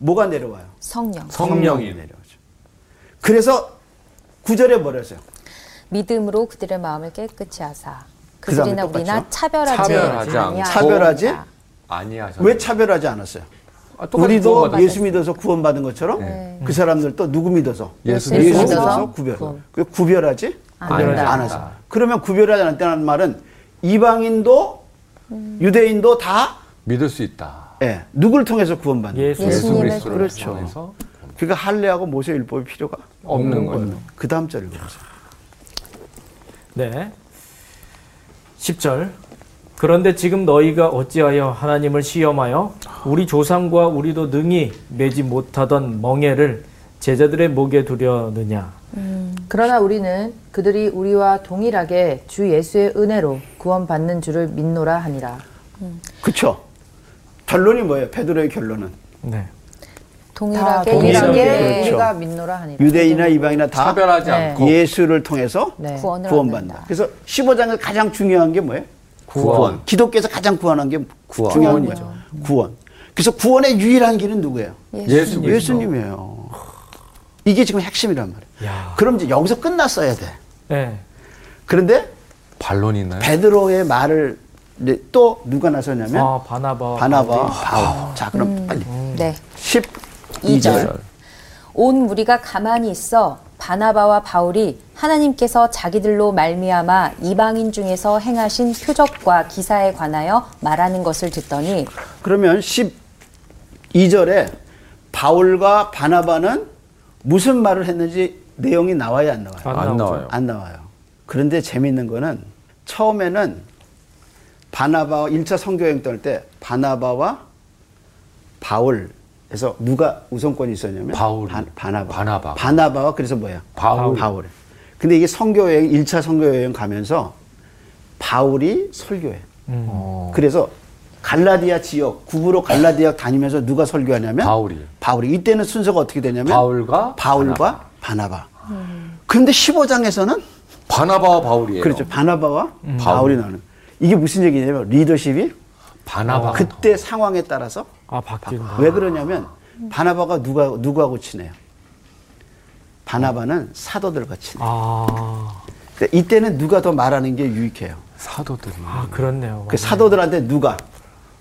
뭐가 내려와요?
성령.
성령이
내려오죠. 그래서 구절에 뭐라 했어요?
믿음으로 그들의 마음을 깨끗이 하사
그 다음에
그들이나 우리나
똑같죠?
차별하지,
차별하지 않고.
차별하지?
아니하셨.
왜 차별하지 않았어요?
아, 똑같은
우리도
구원받았어요.
예수 믿어서 구원받은 것처럼 그 사람들도 누구 믿어서
네. 예수
예수
믿어서
믿어서 구별 그 구별하지
않는다.
않았어. 그러면 구별하지 않았다는 말은 이방인도 유대인도 다
믿을 수 있다.
예, 누굴 통해서 구원받는?
예수.
예수
예수님을
그리스도를
그렇죠.
통해서
그러니까 할례하고 모세 율법이 필요가
없는 거예요.
그 다음 절 읽어보세요.
네. 10절. 그런데 지금 너희가 어찌하여 하나님을 시험하여 우리 조상과 우리도 능히 매지 못하던 멍에를 제자들의 목에 두려느냐.
그러나 우리는 그들이 우리와 동일하게 주 예수의 은혜로 구원받는 줄을 믿노라 하니라
그쵸? 결론이 뭐예요? 베드로의 결론은
네.
동일하게
동일하게
이렇게
그렇죠.
우리가 민노라 하니라.
유대인이나 이방이나 다
차별하지
네.
않고
예수를 통해서
네.
구원을
구원받는다.
얻는다.
그래서 15장에서 가장 중요한 게 뭐예요?
구원.
기독교에서 가장 구원한 게
구원.
중요한 거예요. 구원. 그래서 구원의 유일한 길은 누구예요?
예수 그리스도.
예수님이에요. 이게 지금 핵심이란 말이에요. 그럼 이제 여기서 끝났어야 돼.
네.
그런데
반론이 있나요?
베드로의 말을 이제 또 누가 나서냐면
아, 바나바.
바나바 바울. 자, 그럼 빨리
네.
12절.
온 무리가 가만히 있어 바나바와 바울이 하나님께서 자기들로 말미암아 이방인 중에서 행하신 표적과 기사에 관하여 말하는 것을 듣더니
그러면 12절에 바울과 바나바는 무슨 말을 했는지 내용이 나와요, 안 나와요?
안,
안
나오죠.
나와요.
안 나와요. 그런데 재밌는 거는 처음에는 바나바 1차 선교여행 떨때 바나바와 바울에서 누가 우선권이 있었냐면
바울.
바, 바나바.
바나바.
바나바와 그래서 뭐예요?
바울.
바울. 근데 이게 선교여행 1차 선교여행 가면서 바울이 설교해.
음.
그래서 갈라디아 지역 구부로 갈라디아 다니면서 누가 설교하냐면
바울이.
바울이 이때는 순서가 어떻게 되냐면
바울과
바울과 바나바. 그런데 15장에서는
바나바와 바울이에요.
그렇죠. 바나바와
바울.
바울이 나오는. 이게 무슨 얘기냐면 리더십이
바나바.
그때 상황에 따라서
아, 바뀐다.
왜 그러냐면 바나바가 누가 누구하고 친해요? 바나바는 사도들과 친해.
아,
근데 이때는 누가 더 말하는 게 유익해요.
사도들이.
아, 그렇네요.
그 사도들한테 누가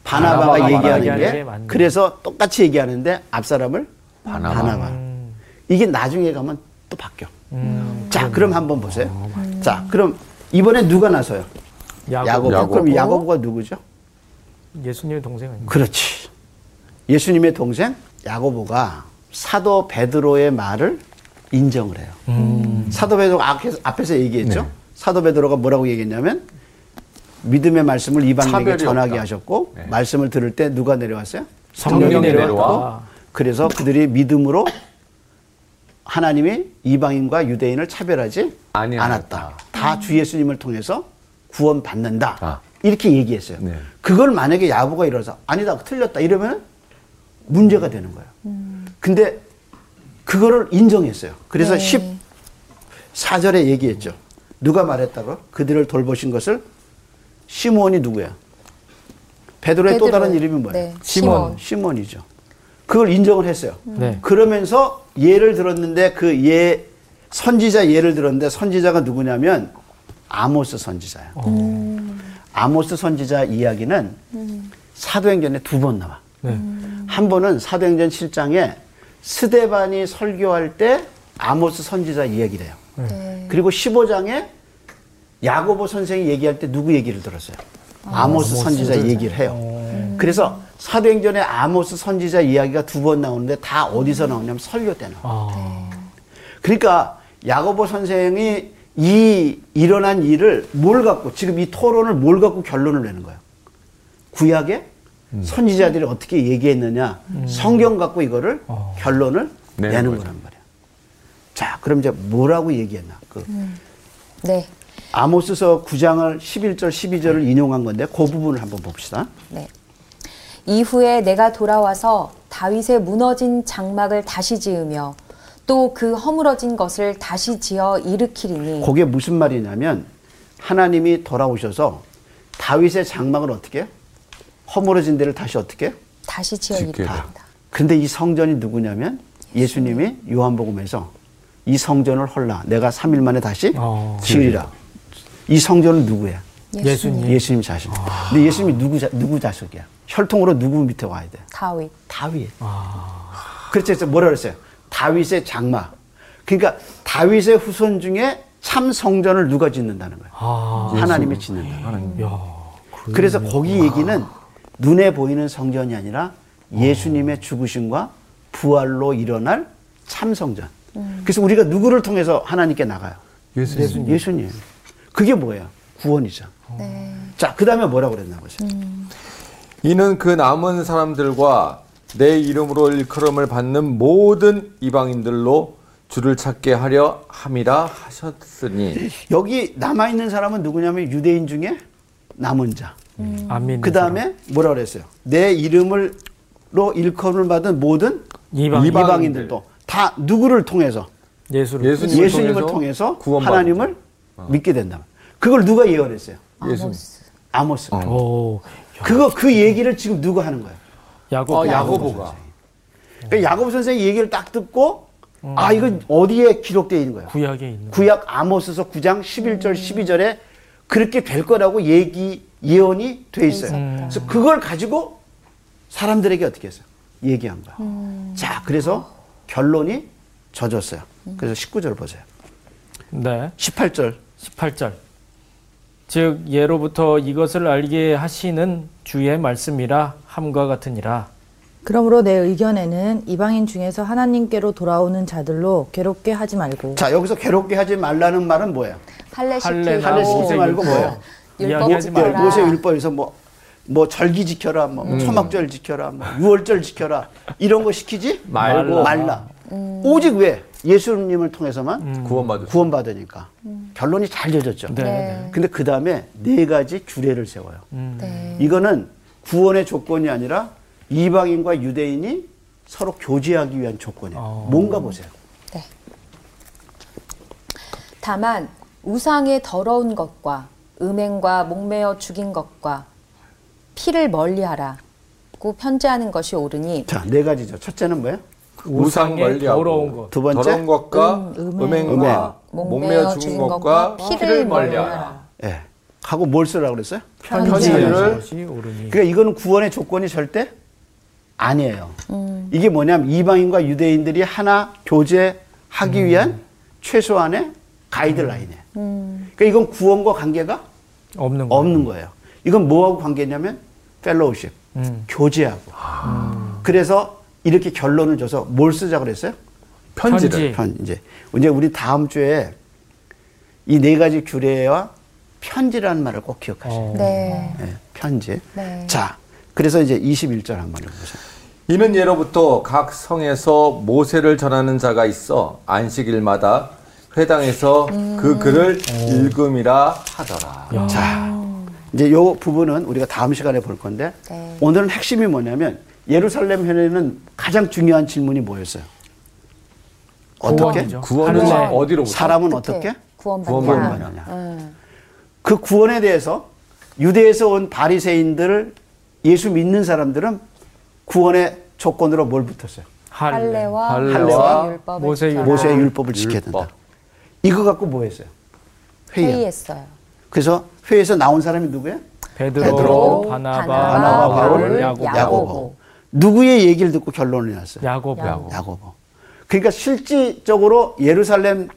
바나바가
바나바가
얘기하는
얘기하는
게
게 맞네.
그래서 똑같이 얘기하는데 앞 사람을
바나바.
바나바. 이게 나중에 가면 또 바뀌어. 자, 음. 그럼 한번 보세요. 자, 그럼 이번에 누가 나서요?
야곱.
어, 야고보.
야고보.
그럼 야고보가 누구죠?
예수님의 동생
음.
아니에요?
그렇지. 예수님의 동생 야고보가 사도 베드로의 말을 인정을 해요.
음.
사도 베드로가 앞에서, 앞에서 얘기했죠.
네.
사도 베드로가 뭐라고 얘기했냐면 믿음의 말씀을 이방인에게
차별이
전하게
없다.
하셨고
네.
말씀을 들을 때 누가 내려왔어요?
성령이
내려와.
그래서 그들이 믿음으로 하나님이 이방인과 유대인을 차별하지
아니하였다.
않았다. 다 주 예수님을 통해서 구원받는다.
아.
이렇게 얘기했어요.
네.
그걸 만약에 야부가 이러서 아니다 틀렸다 이러면 문제가 되는 거예요. 근데 그거를 인정했어요. 그래서 14절에 얘기했죠. 누가 말했다고? 그들을 돌보신 것을 시몬이 누구야? 베드로의 또
베드로.
다른 이름이 뭐예요?
네. 시몬.
시몬이죠. 그걸 인정을 했어요.
음.
네.
그러면서 예를 들었는데 그 예, 선지자 예를 들었는데 선지자가 누구냐면 아모스 선지자예요.
음.
아모스 선지자 이야기는 사도행전에 두 번 나와.
네.
한 번은 사도행전 7장에 스데반이 설교할 때 아모스 선지자 이야기를 해요. 그리고 15장에 야고보 선생이 얘기할 때 누구 얘기를 들었어요? 아모스 선지자 어. 얘기를 해요. 그래서 사도행전에 아모스 선지자 이야기가 두 번 나오는데 다 어디서 나오냐면 설교 때 나와요.
아,
그러니까 야고보 선생이 이 일어난 일을 뭘 갖고 지금 이 토론을 뭘 갖고 결론을 내는 거예요. 구약의
음.
선지자들이 어떻게 얘기했느냐 성경 갖고 이거를 결론을
어. 내는
내는
거죠.
거란 말이야. 자, 그럼 이제 뭐라고 얘기했나? 그
네.
아모스서 9장을 11절 12절을 인용한 건데 그 부분을 한번 봅시다.
네. 이후에 내가 돌아와서 다윗의 무너진 장막을 다시 지으며 또 그 허물어진 것을 다시 지어 일으키리니
그게 무슨 말이냐면 하나님이 돌아오셔서 다윗의 장막을 어떻게 해요? 허물어진 데를 다시 어떻게 해요?
다시 지어
짓게
일으킵니다.
근데 아, 이 성전이 누구냐면
네.
예수님이 요한복음에서 이 성전을 헐라 내가 삼일 만에 다시
어.
지으리라. 이 성전은 누구야?
예수님.
예수님 자신. 근데 예수님이 누구 자, 누구 자식이야? 혈통으로 누구 밑에 와야 돼?
다윗.
다윗. 그렇죠. 그래서 뭐라 그랬어요? 다윗의 장마. 그러니까 다윗의 후손 중에 참 성전을 누가 짓는다는 거예요.
아,
하나님이 짓는다.
야.
그래서 거기 얘기는 눈에 보이는 성전이 아니라 예수님의 죽으심과 부활로 일어날 참 성전. 그래서 우리가 누구를 통해서 하나님께 나가요?
예수님.
예수님. 그게 뭐예요? 구원이죠. 자, 그 다음에 뭐라고 그랬나 보세요.
이는 그 남은 사람들과 내 이름으로 일컬음을 받는 모든 이방인들로 주를 찾게 하려 함이라 하셨으니
여기 남아있는 사람은 누구냐면 유대인 중에 남은 자.
안 믿는
그 다음에 뭐라 그랬어요? 내 이름을로 일컬음을 받은 모든
이방인.
이방인들도 다 누구를 통해서
사람. 예수를
예수님을,
예수님을 통해서,
구원받은
하나님을 믿게 된다. 그걸 누가 예언했어요?
예수님.
아모스.
어. 오,
그거 그 얘기를 지금 누가 하는 거예요?
야곱
어, 야고보가.
그러니까 야고보 선생이 얘기를 딱 듣고 아 이건 어디에 기록되어 있는 거예요?
구약에 있는
구약 아모스서 9장 11절 12절에 그렇게 될 거라고 얘기 예언이 돼 있어요.
음.
그래서 그걸 가지고 사람들에게 어떻게 했어요? 얘기한 거야. 자, 그래서 결론이 젖었어요. 그래서 19절 보세요.
네
18절
18절 즉 예로부터 이것을 알게 하시는 주의 말씀이라 함과 같으니라
그러므로 내 의견에는 이방인 중에서 하나님께로 돌아오는 자들로 괴롭게 하지 말고
자, 여기서 괴롭게 하지 말라는 말은 뭐예요?
할례시키고
할례시키지 말고 뭐예요?
율법
이야기하지
뭐,
말라. 음.
지켜라.
모세 율법에서 뭐, 뭐 절기 지켜라, 뭐 초막절 지켜라, 뭐 유월절 지켜라 이런 거 시키지
말고.
말라. 오직 왜 예수님을 통해서만
음.
음. 구원받을 수
구원받으니까
음.
결론이 잘 젖었죠.
네. 음.
네.
근데 그 다음에 네 가지 규례를 세워요.
네.
이거는 구원의 조건이 아니라 이방인과 유대인이 서로 교제하기 위한 조건이에요.
아.
뭔가 보세요.
네. 다만 우상의 더러운 것과 음행과 목매어 죽인 것과 피를 멀리하라고 편제하는 것이 옳으니
자, 네 가지죠. 첫째는 뭐예요?
우상
우상의
멀리하고
더러운 것.
두 번째?
더러운 것과
음,
음, 행과 목매어 죽인 것과 피를 멀리하라.
예. 하고 뭘 쓰라고 그랬어요?
편지를
것이 오르니
그러니까 이거는 구원의 조건이 절대 아니에요.
음.
이게 뭐냐면 이방인과 유대인들이 하나
음.
교제하기 위한 최소한의 가이드라인이에요.
음.
그러니까 이건 구원과 관계가
없는 거
없는 거예요. 이건 뭐하고 관계냐면 펠로우십,
음.
교제하고.
아.
그래서 이렇게 결론을 줘서 뭘 쓰자 그랬어요?
편지를. 예.
편- 이제 이제 우리 다음 주에 이 네 가지 규례와 편지라는 말을 꼭 기억하세요.
어.
네.
예, 편지.
네.
자, 그래서 이제 21절 한번 읽어보세요.
이는 예로부터 각 성에서 모세를 전하는 자가 있어 안식일마다 회당에서 그 글을 읽음이라 하더라.
아.
자, 이제 요 부분은 우리가 다음 시간에 볼 건데
네.
오늘은 핵심이 뭐냐면 예루살렘 현에는 가장 중요한 질문이 뭐였어요? 어떻게?
구원이죠.
구원은
할례.
그렇죠. 어디로부터?
네. 사람은 어떻게?
구원받냐?
구원받느냐.
음.
그 구원에 대해서 유대에서 온 바리새인들을 예수 믿는 사람들은 구원의 조건으로 뭘 붙었어요?
할례
할례와
할례와
율법을
모세
지켜라.
모세의 율법을 지켜야 된다.
율법.
이거 갖고 뭐 했어요? 회의요.
회의했어요.
그래서 회의에서 나온 사람이 누구예요?
베드로,
베드로,
아, 바나바,
바나바, 바울,
야고보,
야고보.
누구의 얘기를 듣고 결론을 내놨어요?
야고보.
야고보.
야고보. 그러니까 실질적으로 예루살렘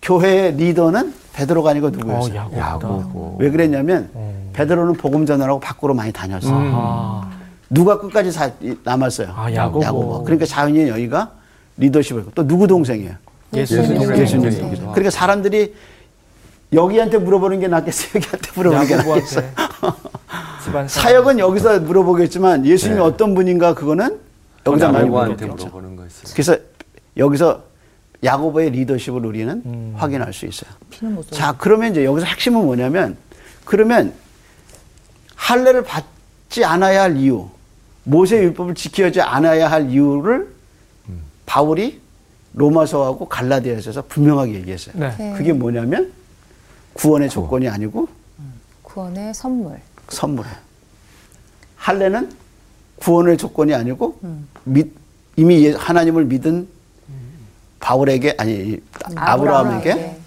교회의 리더는 베드로가 아니고
어,
누구였어요?
야고보다.
왜 그랬냐면 베드로는 복음 전하라고 밖으로 많이 다녔어요. 음.
아,
누가 끝까지 사- 이- 남았어요?
아, 야고보.
그러니까 자연히 여기가 리더십을 또 누구 동생이에요?
예수님.
예수님의
예수님
동생.
동생. 그러니까 사람들이 여기한테 물어보는 게 낫겠어요? 여기한테 물어보는 게 낫겠어요?
야고보한테 집안 사람.
사역은 여기서 물어보겠지만 예수님이 어떤 분인가 그거는 여기다 많이
야고보한테
물어보겠죠.
물어보는 것이.
그래서 여기서 야고보의 리더십을 우리는 확인할 수 있어요. 자, 그러면 이제 여기서 핵심은 뭐냐면 그러면 할례를 받지 않아야 할 이유, 모세 율법을 지키지 않아야 할 이유를 바울이 로마서하고 갈라디아서에서 분명하게 얘기했어요.
네.
네.
그게 뭐냐면 구원의 조건이 아니고
구원의 선물.
선물해. 할례는 구원의 조건이 아니고 믿- 이미 예- 하나님을 믿은 바울에게 아니 이- 아- 아브라함에게
아브라함에게.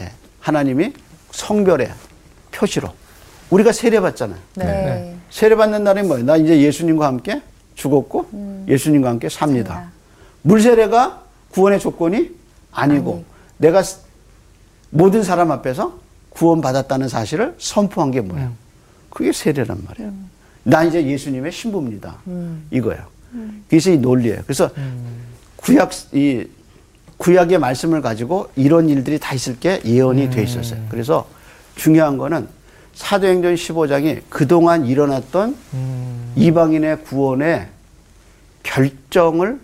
예, 하나님이 성별의 표시로 우리가 세례받잖아요.
네.
세례받는 날이 뭐예요? 나 이제 예수님과 함께 죽었고 예수님과 함께 삽니다. 물세례가 구원의 조건이 아니고 내가 스- 모든 사람 앞에서 구원받았다는 사실을 선포한 게 뭐예요? 그게 세례란 말이에요. 나 이제 예수님의 신부입니다. 이거예요. 그래서 이 논리예요. 그래서 구약 이 구약의 말씀을 가지고 이런 일들이 다 있을 게 예언이 돼 있었어요. 그래서 중요한 거는 사도행전 15장이 그동안 일어났던 이방인의 구원의 결정을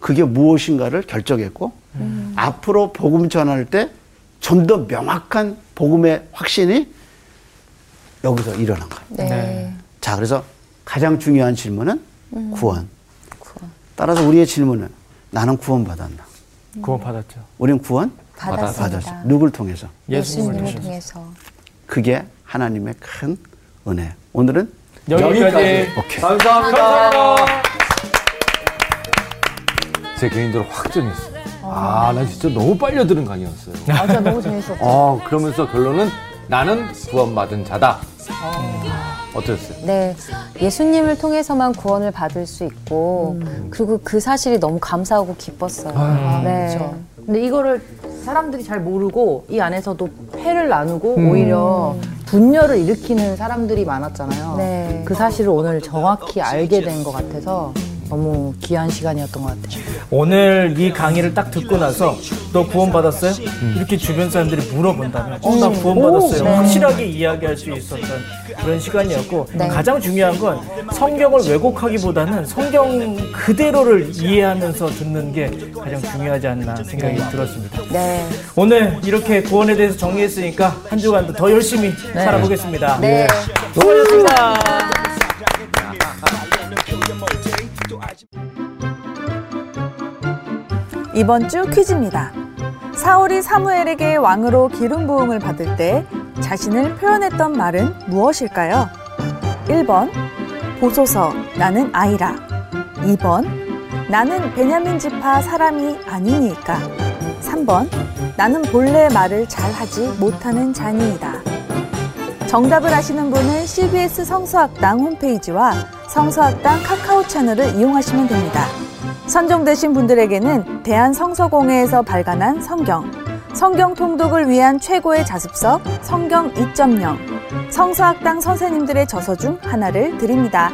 그게 무엇인가를 결정했고
음.
앞으로 복음 전할 때 좀 더 명확한 복음의 확신이 여기서 일어난 거예요.
네.
자, 그래서 가장 중요한 질문은
음.
구원. 따라서 우리의 질문은 나는 구원받았나?
구원받았죠.
우린 구원
받았습니다.
누굴 통해서?
예수님을
예수님을
통해서.
통해서.
그게 하나님의 큰 은혜. 오늘은
여기까지.
오케이.
제 개인적으로 확정했어요. 아, 나 진짜 너무 빨려드는 강의였어요.
맞아, 너무 재밌었어.
어, 그러면서 결론은 나는 구원받은 자다. 음, 어떠셨어요?
네, 예수님을 통해서만 구원을 받을 수 있고, 그리고 그 사실이 너무 감사하고 기뻤어요. 네.
그렇죠. 근데 이거를 사람들이 잘 모르고 이 안에서도 패를 나누고
음.
오히려 분열을 일으키는 사람들이 많았잖아요.
네.
그 사실을 오늘 정확히 알게 된 것 같아서 너무 귀한 시간이었던 것 같아요.
오늘 이 강의를 딱 듣고 나서 너 구원받았어요? 이렇게 주변 사람들이 물어본다면 어, 나 구원받았어요. 확실하게 이야기할 수 있었던 그런 시간이었고
네.
가장 중요한 건 성경을 왜곡하기보다는 성경 그대로를 이해하면서 듣는 게 가장 중요하지 않나 생각이 들었습니다.
네.
오늘 이렇게 구원에 대해서 정리했으니까 한 주간도 더 열심히 살아보겠습니다. 예.
네.
수고하셨습니다.
이번 주 퀴즈입니다. 사울이 사무엘에게 왕으로 기름 부음을 받을 때 자신을 표현했던 말은 무엇일까요? 1번 보소서 나는 아이라 2번 나는 베냐민 지파 사람이 아니니까 3번 나는 본래 말을 잘하지 못하는 자니이다. 정답을 아시는 분은 CBS 성서학당 홈페이지와 성서학당 카카오 채널을 이용하시면 됩니다. 선정되신 분들에게는 대한성서공회에서 발간한 성경, 성경 통독을 위한 최고의 자습서 성경 2.0, 성서학당 선생님들의 저서 중 하나를 드립니다.